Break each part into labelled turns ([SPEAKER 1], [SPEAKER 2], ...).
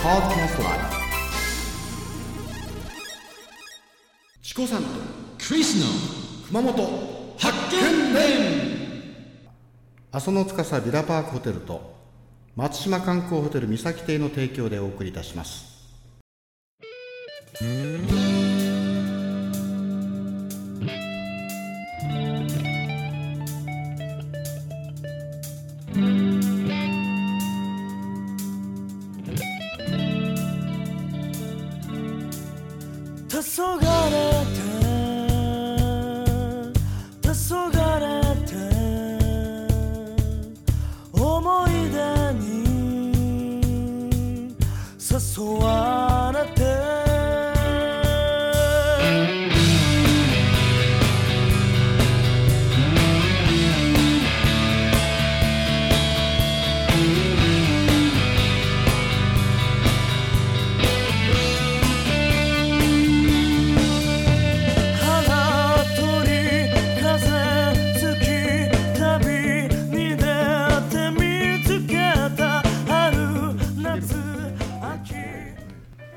[SPEAKER 1] Podcast Live チコさんとクリスの熊本発見伝阿蘇の司ビラパークホテルと松島観光ホテル三崎邸の提供でお送りいたします
[SPEAKER 2] 黄昏た黄昏た思い出に誘われて花鳥風月旅に出て見つけた春夏秋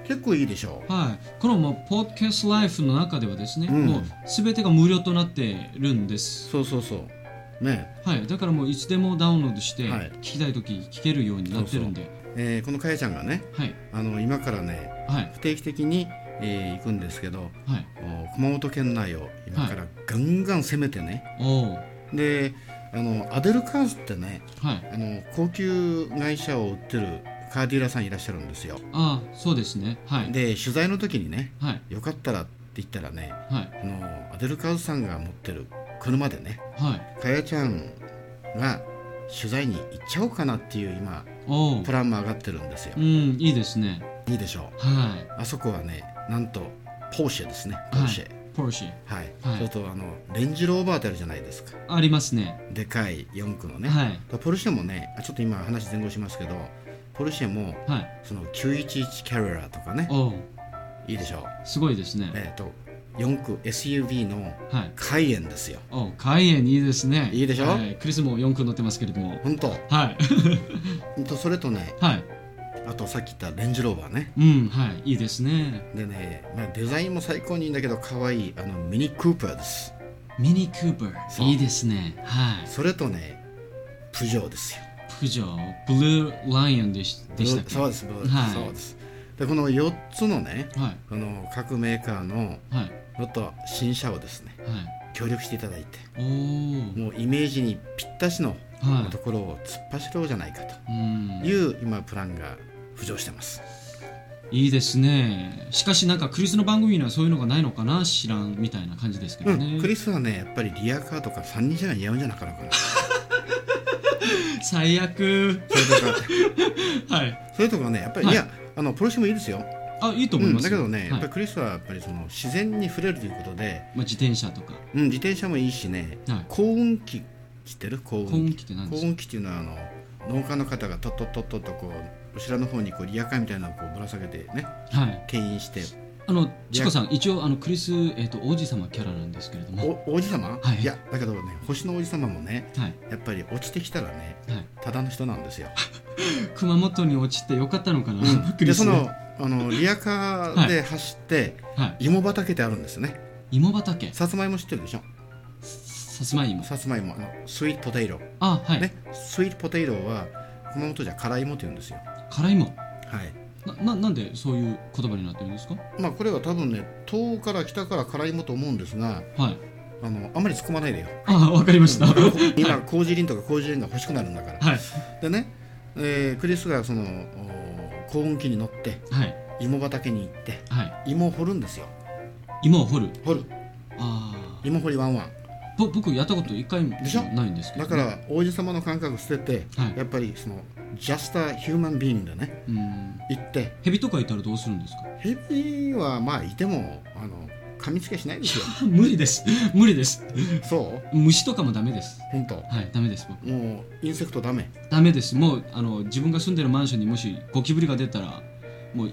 [SPEAKER 1] 結構いいでしょ
[SPEAKER 3] はい、このもうポッドキャストライフの中ではですね、
[SPEAKER 1] ん
[SPEAKER 3] もう全てが無料となってるんで
[SPEAKER 1] う
[SPEAKER 3] す、
[SPEAKER 1] そうそうそうね
[SPEAKER 3] はい、だからもういつでもダウンロードして
[SPEAKER 1] はい
[SPEAKER 3] 聞きたい時聞けるようになってるんで
[SPEAKER 1] えーこのかやちゃんがね
[SPEAKER 3] はい
[SPEAKER 1] あの今からね
[SPEAKER 3] はい
[SPEAKER 1] 不定期的に、えー行くんですけど
[SPEAKER 3] はい
[SPEAKER 1] お熊本県内を今からガンガン攻めてね、
[SPEAKER 3] おお
[SPEAKER 1] であのアデルカーズってね
[SPEAKER 3] はい
[SPEAKER 1] あの高級会社を売ってるカーディーラーさんいらっしゃるんですよ
[SPEAKER 3] ああそうですねはい
[SPEAKER 1] で取材の時にね
[SPEAKER 3] はい
[SPEAKER 1] よかったらって言ったらね
[SPEAKER 3] はい
[SPEAKER 1] あのアデルカーズさんが持ってる車でね
[SPEAKER 3] はい
[SPEAKER 1] かやちゃんが取材に行っちゃおうかなっていう今
[SPEAKER 3] おお
[SPEAKER 1] プランも上がってるんですよ
[SPEAKER 3] うんいいですね
[SPEAKER 1] いいでしょ
[SPEAKER 3] は
[SPEAKER 1] うあそこはねなんとポーシェですね
[SPEAKER 3] い
[SPEAKER 1] ポーシェ
[SPEAKER 3] はい、ポルシェ
[SPEAKER 1] はい
[SPEAKER 3] はい
[SPEAKER 1] それとあのレンジローバーってあるじゃないですか
[SPEAKER 3] ありますね
[SPEAKER 1] でかい四駆のね、
[SPEAKER 3] はい
[SPEAKER 1] ポルシェもねあちょっと今話前後しますけどポルシェも
[SPEAKER 3] はい
[SPEAKER 1] その911キャリアとかね
[SPEAKER 3] おお
[SPEAKER 1] いいでしょう
[SPEAKER 3] すごいですね
[SPEAKER 1] えっ、と四駆 SUV の
[SPEAKER 3] はい
[SPEAKER 1] カイエンですよ
[SPEAKER 3] おおカイエンいいですね
[SPEAKER 1] いいでしょ
[SPEAKER 3] はい、クリスも4個乗ってますけれども
[SPEAKER 1] ほんと
[SPEAKER 3] はい
[SPEAKER 1] ほんとそれとね
[SPEAKER 3] はい
[SPEAKER 1] あとさっき言ったレンジローバーね
[SPEAKER 3] うんはいいいですね
[SPEAKER 1] でね、まあ、デザインも最高にいいんだけど可愛いあのミニクーパーです
[SPEAKER 3] ミニクーパ
[SPEAKER 1] そ
[SPEAKER 3] ー
[SPEAKER 1] う
[SPEAKER 3] いいですねはい
[SPEAKER 1] それとねプジョーですよ
[SPEAKER 3] プジョーブルーライオンでしでしたっけ
[SPEAKER 1] そうです、
[SPEAKER 3] はい
[SPEAKER 1] そうですでこの四つのね
[SPEAKER 3] は
[SPEAKER 1] この各メーカーの
[SPEAKER 3] いはい
[SPEAKER 1] もっと新車をですね
[SPEAKER 3] はい
[SPEAKER 1] 協力していただいて
[SPEAKER 3] おー
[SPEAKER 1] もうイメージにぴったしの
[SPEAKER 3] はい
[SPEAKER 1] ところを突っ走ろうじゃないかと
[SPEAKER 3] うん
[SPEAKER 1] いう今プランが浮上してます
[SPEAKER 3] いいですねしかしなんかクリスの番組にはそういうのがないのかな知らんみたいな感じですけ
[SPEAKER 1] う
[SPEAKER 3] ど
[SPEAKER 1] ん、
[SPEAKER 3] ね、
[SPEAKER 1] クリスはねやっぱりリアカーとか3人じゃ似合うんじゃなかろうかな
[SPEAKER 3] 最悪
[SPEAKER 1] それとか
[SPEAKER 3] はい
[SPEAKER 1] それとかねやっぱり、、
[SPEAKER 3] はいい
[SPEAKER 1] やあのポロシもいいですよ、
[SPEAKER 3] あいいと
[SPEAKER 1] う
[SPEAKER 3] 思い
[SPEAKER 1] ん、
[SPEAKER 3] ます
[SPEAKER 1] だけ
[SPEAKER 3] よ、
[SPEAKER 1] どね、や
[SPEAKER 3] は
[SPEAKER 1] っぱ
[SPEAKER 3] いま
[SPEAKER 1] りクリスはやっぱりその自然に触れるということで、
[SPEAKER 3] あ、自転車とか
[SPEAKER 1] うん、自転車もいいしね、
[SPEAKER 3] はい
[SPEAKER 1] 幸運機知ってる幸運
[SPEAKER 3] 幸運機って何です
[SPEAKER 1] 幸運機っていうのはあの農家の方がとっとっとっとっとこう後ろの方にこうリアカーみたいなのをこうぶら下げてね
[SPEAKER 3] かはい
[SPEAKER 1] 牽引して
[SPEAKER 3] あのチコさん一応あのクリス、えっと王子様キャラなんですけれども
[SPEAKER 1] お王子様、
[SPEAKER 3] はい
[SPEAKER 1] やだけどね星の王子様もね
[SPEAKER 3] はい
[SPEAKER 1] やっぱり落ちてきたらね
[SPEAKER 3] はい
[SPEAKER 1] ただの人なんですよ、
[SPEAKER 3] 熊本に落ちてよかったのかな、ク
[SPEAKER 1] で
[SPEAKER 3] リス
[SPEAKER 1] そのあのリアカーで走って、
[SPEAKER 3] はい
[SPEAKER 1] 芋畑ってあるんですね
[SPEAKER 3] 芋畑
[SPEAKER 1] さつまいも知ってるでしょ
[SPEAKER 3] さつまいも
[SPEAKER 1] さつまいもあのスイートポテイロ、
[SPEAKER 3] あはい、
[SPEAKER 1] ねスイートポテイロは熊本じゃ辛い芋って言うんですよ
[SPEAKER 3] 辛いもん
[SPEAKER 1] はい
[SPEAKER 3] なななんでそういう言葉になってるんですか
[SPEAKER 1] まあこれは多分ね遠から北から辛いもと思うんですが
[SPEAKER 3] はい
[SPEAKER 1] あのあまり突っ込まないでよ
[SPEAKER 3] あわかりましたはい
[SPEAKER 1] 今麹林とか麹林が欲しくなるんだからでね、えークリスがそのお幸運機に乗って
[SPEAKER 3] はい
[SPEAKER 1] 芋畑に行って
[SPEAKER 3] はい
[SPEAKER 1] 芋を掘るんですよ
[SPEAKER 3] 芋を掘る
[SPEAKER 1] 掘る
[SPEAKER 3] あ
[SPEAKER 1] 芋掘りワンワン
[SPEAKER 3] あぼ僕やったこと一回も
[SPEAKER 1] でしょ
[SPEAKER 3] ないんですけど
[SPEAKER 1] だから王子様の感覚捨てて、
[SPEAKER 3] はい
[SPEAKER 1] やっぱりそのジャスターヒューマンビーイングでね
[SPEAKER 3] うん
[SPEAKER 1] 行って
[SPEAKER 3] 蛇とかいたらどうするんですか
[SPEAKER 1] ヘビはまあいてもあの噛みつけしない ですよ
[SPEAKER 3] 無理です無理です
[SPEAKER 1] そう
[SPEAKER 3] 虫とかもダメです
[SPEAKER 1] 本当
[SPEAKER 3] はいダメです僕
[SPEAKER 1] もうインセクトダメ
[SPEAKER 3] ダメですもうあの自分が住んでるマンションにもしゴキブリが出たらもう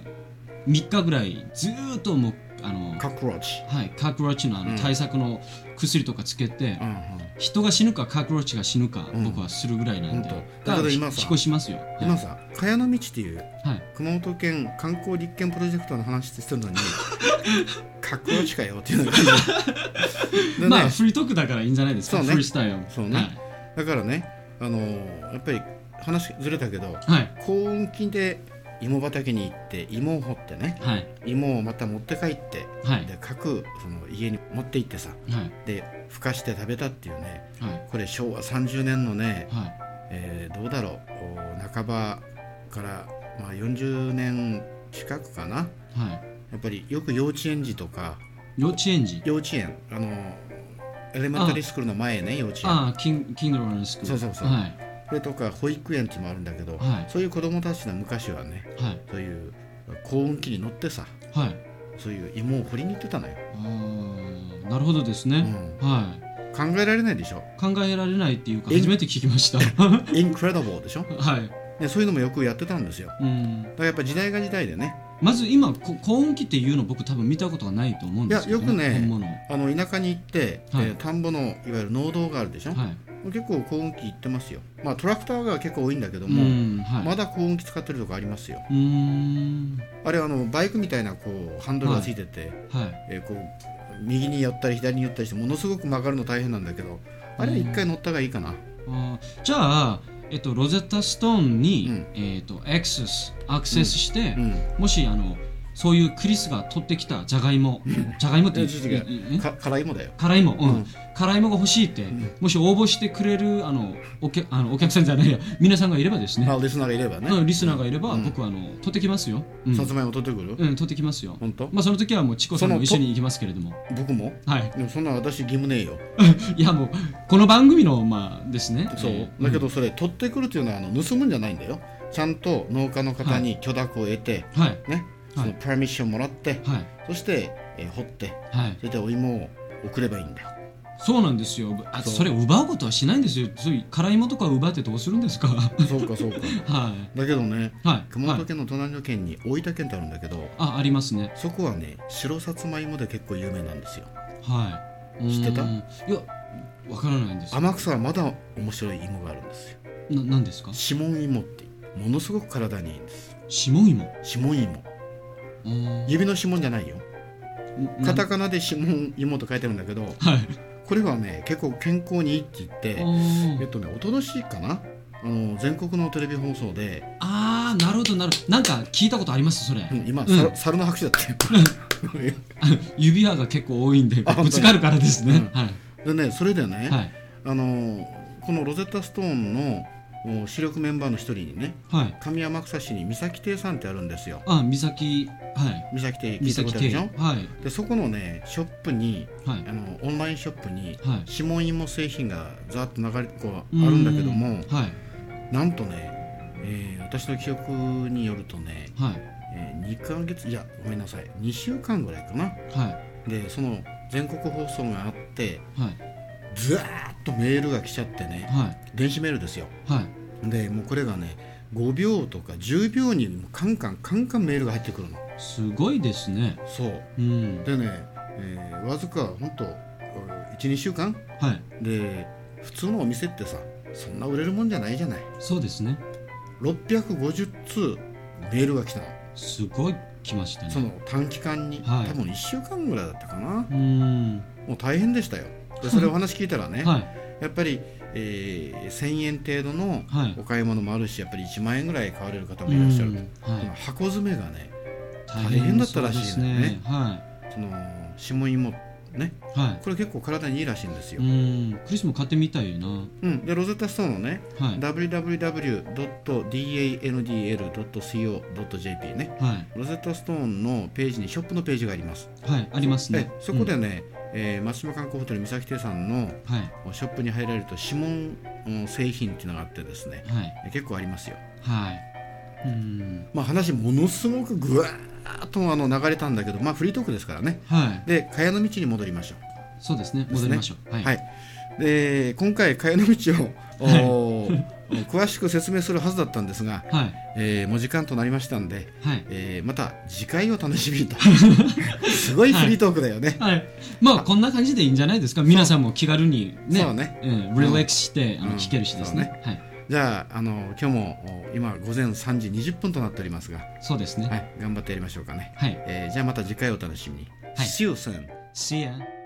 [SPEAKER 3] 3日ぐらいずーっともうあの
[SPEAKER 1] カクロチ
[SPEAKER 3] はい、カクロッチのあ
[SPEAKER 1] うん
[SPEAKER 3] の対策の薬とかつけて、
[SPEAKER 1] うんうん
[SPEAKER 3] 人が死ぬかカクロッチが死ぬか、
[SPEAKER 1] うん
[SPEAKER 3] 僕はするぐらいなんで
[SPEAKER 1] ほんとだけ
[SPEAKER 3] だか
[SPEAKER 1] ど
[SPEAKER 3] らひ
[SPEAKER 1] 今
[SPEAKER 3] 引っ
[SPEAKER 1] さ
[SPEAKER 3] 越しますよ
[SPEAKER 1] 今
[SPEAKER 3] は
[SPEAKER 1] さ茅の道っていう
[SPEAKER 3] い、はい、
[SPEAKER 1] 熊本県観光立県プロジェクトの話してる のにカクロチかよっていうのがでね
[SPEAKER 3] まあフリートークだからいいんじゃないですか、
[SPEAKER 1] そうね
[SPEAKER 3] フリースタイルも
[SPEAKER 1] そうねだからねあのーやっぱり話ずれたけど
[SPEAKER 3] はいはい
[SPEAKER 1] 耕運機で芋畑に行って芋を掘ってね
[SPEAKER 3] はい
[SPEAKER 1] 芋をまた持って帰って
[SPEAKER 3] はい
[SPEAKER 1] で各その家に持って行ってさ
[SPEAKER 3] はい
[SPEAKER 1] でふかして食べたっていうね
[SPEAKER 3] はい
[SPEAKER 1] これ昭和30年のね、
[SPEAKER 3] はい
[SPEAKER 1] えーどうだろうお半ばから、まあ、40年近くかな
[SPEAKER 3] はい
[SPEAKER 1] やっぱりよく幼稚園児とか
[SPEAKER 3] 幼稚園児
[SPEAKER 1] 幼稚園あのエレメンタリースクールの前ね幼稚園
[SPEAKER 3] ああキンキンドルのスクール
[SPEAKER 1] そうそうそう
[SPEAKER 3] はい
[SPEAKER 1] それとか保育園っていうのもあるんだけど、
[SPEAKER 3] はい
[SPEAKER 1] そういう子供たちの昔はね
[SPEAKER 3] はい
[SPEAKER 1] そういう耕運機に乗ってさ
[SPEAKER 3] はい
[SPEAKER 1] そういう芋を掘りに行ってたのよ
[SPEAKER 3] あーなるほどですね、はい
[SPEAKER 1] 考えられないでし ょ
[SPEAKER 3] 考えられないっていうか
[SPEAKER 1] え
[SPEAKER 3] 初めて聞きました
[SPEAKER 1] インクレディブルでしょ
[SPEAKER 3] はい
[SPEAKER 1] でそういうのもよくやってたんですよだか
[SPEAKER 3] うん
[SPEAKER 1] らやっぱ時代が時代でね
[SPEAKER 3] まず今こ高音機っていうの僕多分見たことがないと思うんですけど、
[SPEAKER 1] いやよくね
[SPEAKER 3] 本物
[SPEAKER 1] あの田舎に行って、
[SPEAKER 3] はい
[SPEAKER 1] えー田んぼのいわゆる農道があるでしょ、
[SPEAKER 3] はい
[SPEAKER 1] 結構耕運機行ってますよまあトラクターが結構多いんだけど
[SPEAKER 3] う
[SPEAKER 1] も、
[SPEAKER 3] んはい、
[SPEAKER 1] まだ耕運機使ってるとこありますよ
[SPEAKER 3] うーん
[SPEAKER 1] あれあのバイクみたいなこうハンドルがついてて、
[SPEAKER 3] はい
[SPEAKER 1] えーこう右に寄ったり左に寄ったりしてものすごく曲がるの大変なんだけどあれは一回乗った方がいいかな、
[SPEAKER 3] あーじゃあえっとロゼッタストーンに、
[SPEAKER 1] うん
[SPEAKER 3] えっとアクセスアクセスして、
[SPEAKER 1] うん
[SPEAKER 3] もしあのそういうクリスが取ってきたじゃがいもじゃがいもって
[SPEAKER 1] いや違う違う
[SPEAKER 3] いいえ
[SPEAKER 1] か辛いもだよ
[SPEAKER 3] 辛いも、うん
[SPEAKER 1] うん
[SPEAKER 3] 辛いもが欲しいって、もし応募してくれるあのおけあのお客さんじゃないや皆さんがいればですね、
[SPEAKER 1] まあリスナーがいればね、
[SPEAKER 3] うん、リスナーがいれば、
[SPEAKER 1] うん
[SPEAKER 3] 僕はあの取ってきますよ、うん
[SPEAKER 1] さつまいも取ってくる、
[SPEAKER 3] うん、取ってきますよ
[SPEAKER 1] ほんと
[SPEAKER 3] まあその時はもうチコさん
[SPEAKER 1] そ
[SPEAKER 3] も
[SPEAKER 1] の
[SPEAKER 3] 一緒に行きますけれども
[SPEAKER 1] 僕も
[SPEAKER 3] はい
[SPEAKER 1] でもそんな私義務ねえよ
[SPEAKER 3] いやもうこの番組のまあですね
[SPEAKER 1] そう、
[SPEAKER 3] えー
[SPEAKER 1] だけどそれ取ってくるというのはあの盗むんじゃないんだよちゃんと農家の方に許諾を得て、
[SPEAKER 3] はい
[SPEAKER 1] ねそ
[SPEAKER 3] は
[SPEAKER 1] の
[SPEAKER 3] い
[SPEAKER 1] パーミッションもらって
[SPEAKER 3] はい
[SPEAKER 1] そして、えー掘って
[SPEAKER 3] はい
[SPEAKER 1] それでお芋を送ればいいんだ よ
[SPEAKER 3] そうなんですよあ
[SPEAKER 1] そう
[SPEAKER 3] それ奪うことはしないんですよそういう辛いもとか奪ってどうするんで すかは
[SPEAKER 1] そうかそうか
[SPEAKER 3] いはい
[SPEAKER 1] だけどね熊
[SPEAKER 3] はい
[SPEAKER 1] 本県の隣の県に大分県ってあるんだけど
[SPEAKER 3] あありますね
[SPEAKER 1] そこはね白さつまいもで結構有名なんですよ
[SPEAKER 3] はい
[SPEAKER 1] 知ってた
[SPEAKER 3] うーんいやわからないんです
[SPEAKER 1] 天草はまだ面白い芋があるんですよ
[SPEAKER 3] ななんですか
[SPEAKER 1] 指紋芋ってものすごく体にいいんです
[SPEAKER 3] 指紋芋
[SPEAKER 1] 指紋芋
[SPEAKER 3] うーん
[SPEAKER 1] 指の指紋じゃないよ
[SPEAKER 3] な
[SPEAKER 1] カタカナで指紋芋と書いてあるんだけど
[SPEAKER 3] はい
[SPEAKER 1] これはね結構健康にいいって言って
[SPEAKER 3] お
[SPEAKER 1] えっ
[SPEAKER 3] ー
[SPEAKER 1] とねおととしかなあの全国のテレビ放送で、
[SPEAKER 3] あーなるほどなるほどなんか聞いたことありますそれ、
[SPEAKER 1] うん今、
[SPEAKER 3] うん
[SPEAKER 1] 猿猿の拍手だって
[SPEAKER 3] 指輪が結構多いんで
[SPEAKER 1] あ
[SPEAKER 3] ぶつかるからですね、は
[SPEAKER 1] でねそれでね、
[SPEAKER 3] いはい
[SPEAKER 1] あのこのロゼッタストーンのお主力メンバーの一人にね
[SPEAKER 3] はい
[SPEAKER 1] 上天草市に三崎亭さんってあるんですよ
[SPEAKER 3] あ三崎はい
[SPEAKER 1] 三崎亭聞
[SPEAKER 3] 三
[SPEAKER 1] いたこ
[SPEAKER 3] 崎
[SPEAKER 1] とあるで
[SPEAKER 3] 亭
[SPEAKER 1] し
[SPEAKER 3] は
[SPEAKER 1] ょ
[SPEAKER 3] いはい
[SPEAKER 1] でそこのねショップに
[SPEAKER 3] はい
[SPEAKER 1] あのオンラインショップに
[SPEAKER 3] はい
[SPEAKER 1] 指紋芋製品がざーっと流れこうあるんだけども
[SPEAKER 3] うーんはい
[SPEAKER 1] なんとね、えー私の記憶によるとね、
[SPEAKER 3] はい
[SPEAKER 1] え2ヶ月いやごめんなさい2週間ぐらいかな
[SPEAKER 3] はい
[SPEAKER 1] でその全国放送があって
[SPEAKER 3] はい
[SPEAKER 1] ずわーっとメールが来ちゃってね
[SPEAKER 3] はい
[SPEAKER 1] 電子メールですよ
[SPEAKER 3] はい
[SPEAKER 1] でもうこれがね5秒とか10秒にもうカンカンカンカンメールが入ってくるの
[SPEAKER 3] すごいですね
[SPEAKER 1] そう
[SPEAKER 3] うん
[SPEAKER 1] でね、えーわずかほんと12週間
[SPEAKER 3] はい
[SPEAKER 1] で普通のお店ってさそんな売れるもんじゃないじゃない
[SPEAKER 3] そうですね
[SPEAKER 1] 650通メールが来たの
[SPEAKER 3] すごい来ました
[SPEAKER 1] そ
[SPEAKER 3] ね
[SPEAKER 1] の短期間に、
[SPEAKER 3] はい
[SPEAKER 1] 多分1週間ぐらいだったかな
[SPEAKER 3] うーん
[SPEAKER 1] もう大変でしたよでそれお話聞いたらね、
[SPEAKER 3] はい
[SPEAKER 1] やっぱり、えー1000円程度の
[SPEAKER 3] はい
[SPEAKER 1] お買い物もあるしやっぱり1万円ぐらい買われる方
[SPEAKER 3] う
[SPEAKER 1] もいらっしゃる、
[SPEAKER 3] んはい
[SPEAKER 1] 箱詰めがね
[SPEAKER 3] 大
[SPEAKER 1] 変だったらしいです
[SPEAKER 3] そう
[SPEAKER 1] ね
[SPEAKER 3] ですねは
[SPEAKER 1] その下芋ね
[SPEAKER 3] いはい
[SPEAKER 1] これ結構体にいいらしいんです
[SPEAKER 3] う
[SPEAKER 1] よ、
[SPEAKER 3] ーんクリスも買ってみたいなは
[SPEAKER 1] うんでロゼッタストーンのね、
[SPEAKER 3] い
[SPEAKER 1] www.dandl.co.jp ね
[SPEAKER 3] はい
[SPEAKER 1] ロゼッタストーンのページにショップのページがあります
[SPEAKER 3] はいありますね
[SPEAKER 1] えそこでね、えー松島観光ホテル三崎亭さんの
[SPEAKER 3] うんはい
[SPEAKER 1] ショップに入られると指紋うん製品っていうのがあってですね
[SPEAKER 3] はい
[SPEAKER 1] え結構ありますよ
[SPEAKER 3] はいうん
[SPEAKER 1] まあ話ものすごくぐわーっとあの流れたんだけどまあフリートークですからね
[SPEAKER 3] はい
[SPEAKER 1] で茅の道に戻りましょう
[SPEAKER 3] そうですね戻りましょうは
[SPEAKER 1] はい、で今回茅の道をおー詳しく説明するはずだったんですが、
[SPEAKER 3] はい
[SPEAKER 1] えーもう時間となりましたんで、
[SPEAKER 3] はい
[SPEAKER 1] えーまた次回を楽しみに とすごいフリートークだよね、
[SPEAKER 3] はい、まあこんな感じでいいんじゃないですか皆さんも気軽にね
[SPEAKER 1] そうね
[SPEAKER 3] うん、リラックスして、あ
[SPEAKER 1] うん
[SPEAKER 3] の聞けるしですね,、はい
[SPEAKER 1] じゃああの今日もお今午前3時20分となっておりますが、
[SPEAKER 3] そうですね
[SPEAKER 1] はい、頑張ってやりましょうかね、
[SPEAKER 3] はい、
[SPEAKER 1] えーじゃあまた次回お楽しみに、
[SPEAKER 3] はい
[SPEAKER 1] See you soon
[SPEAKER 3] See ya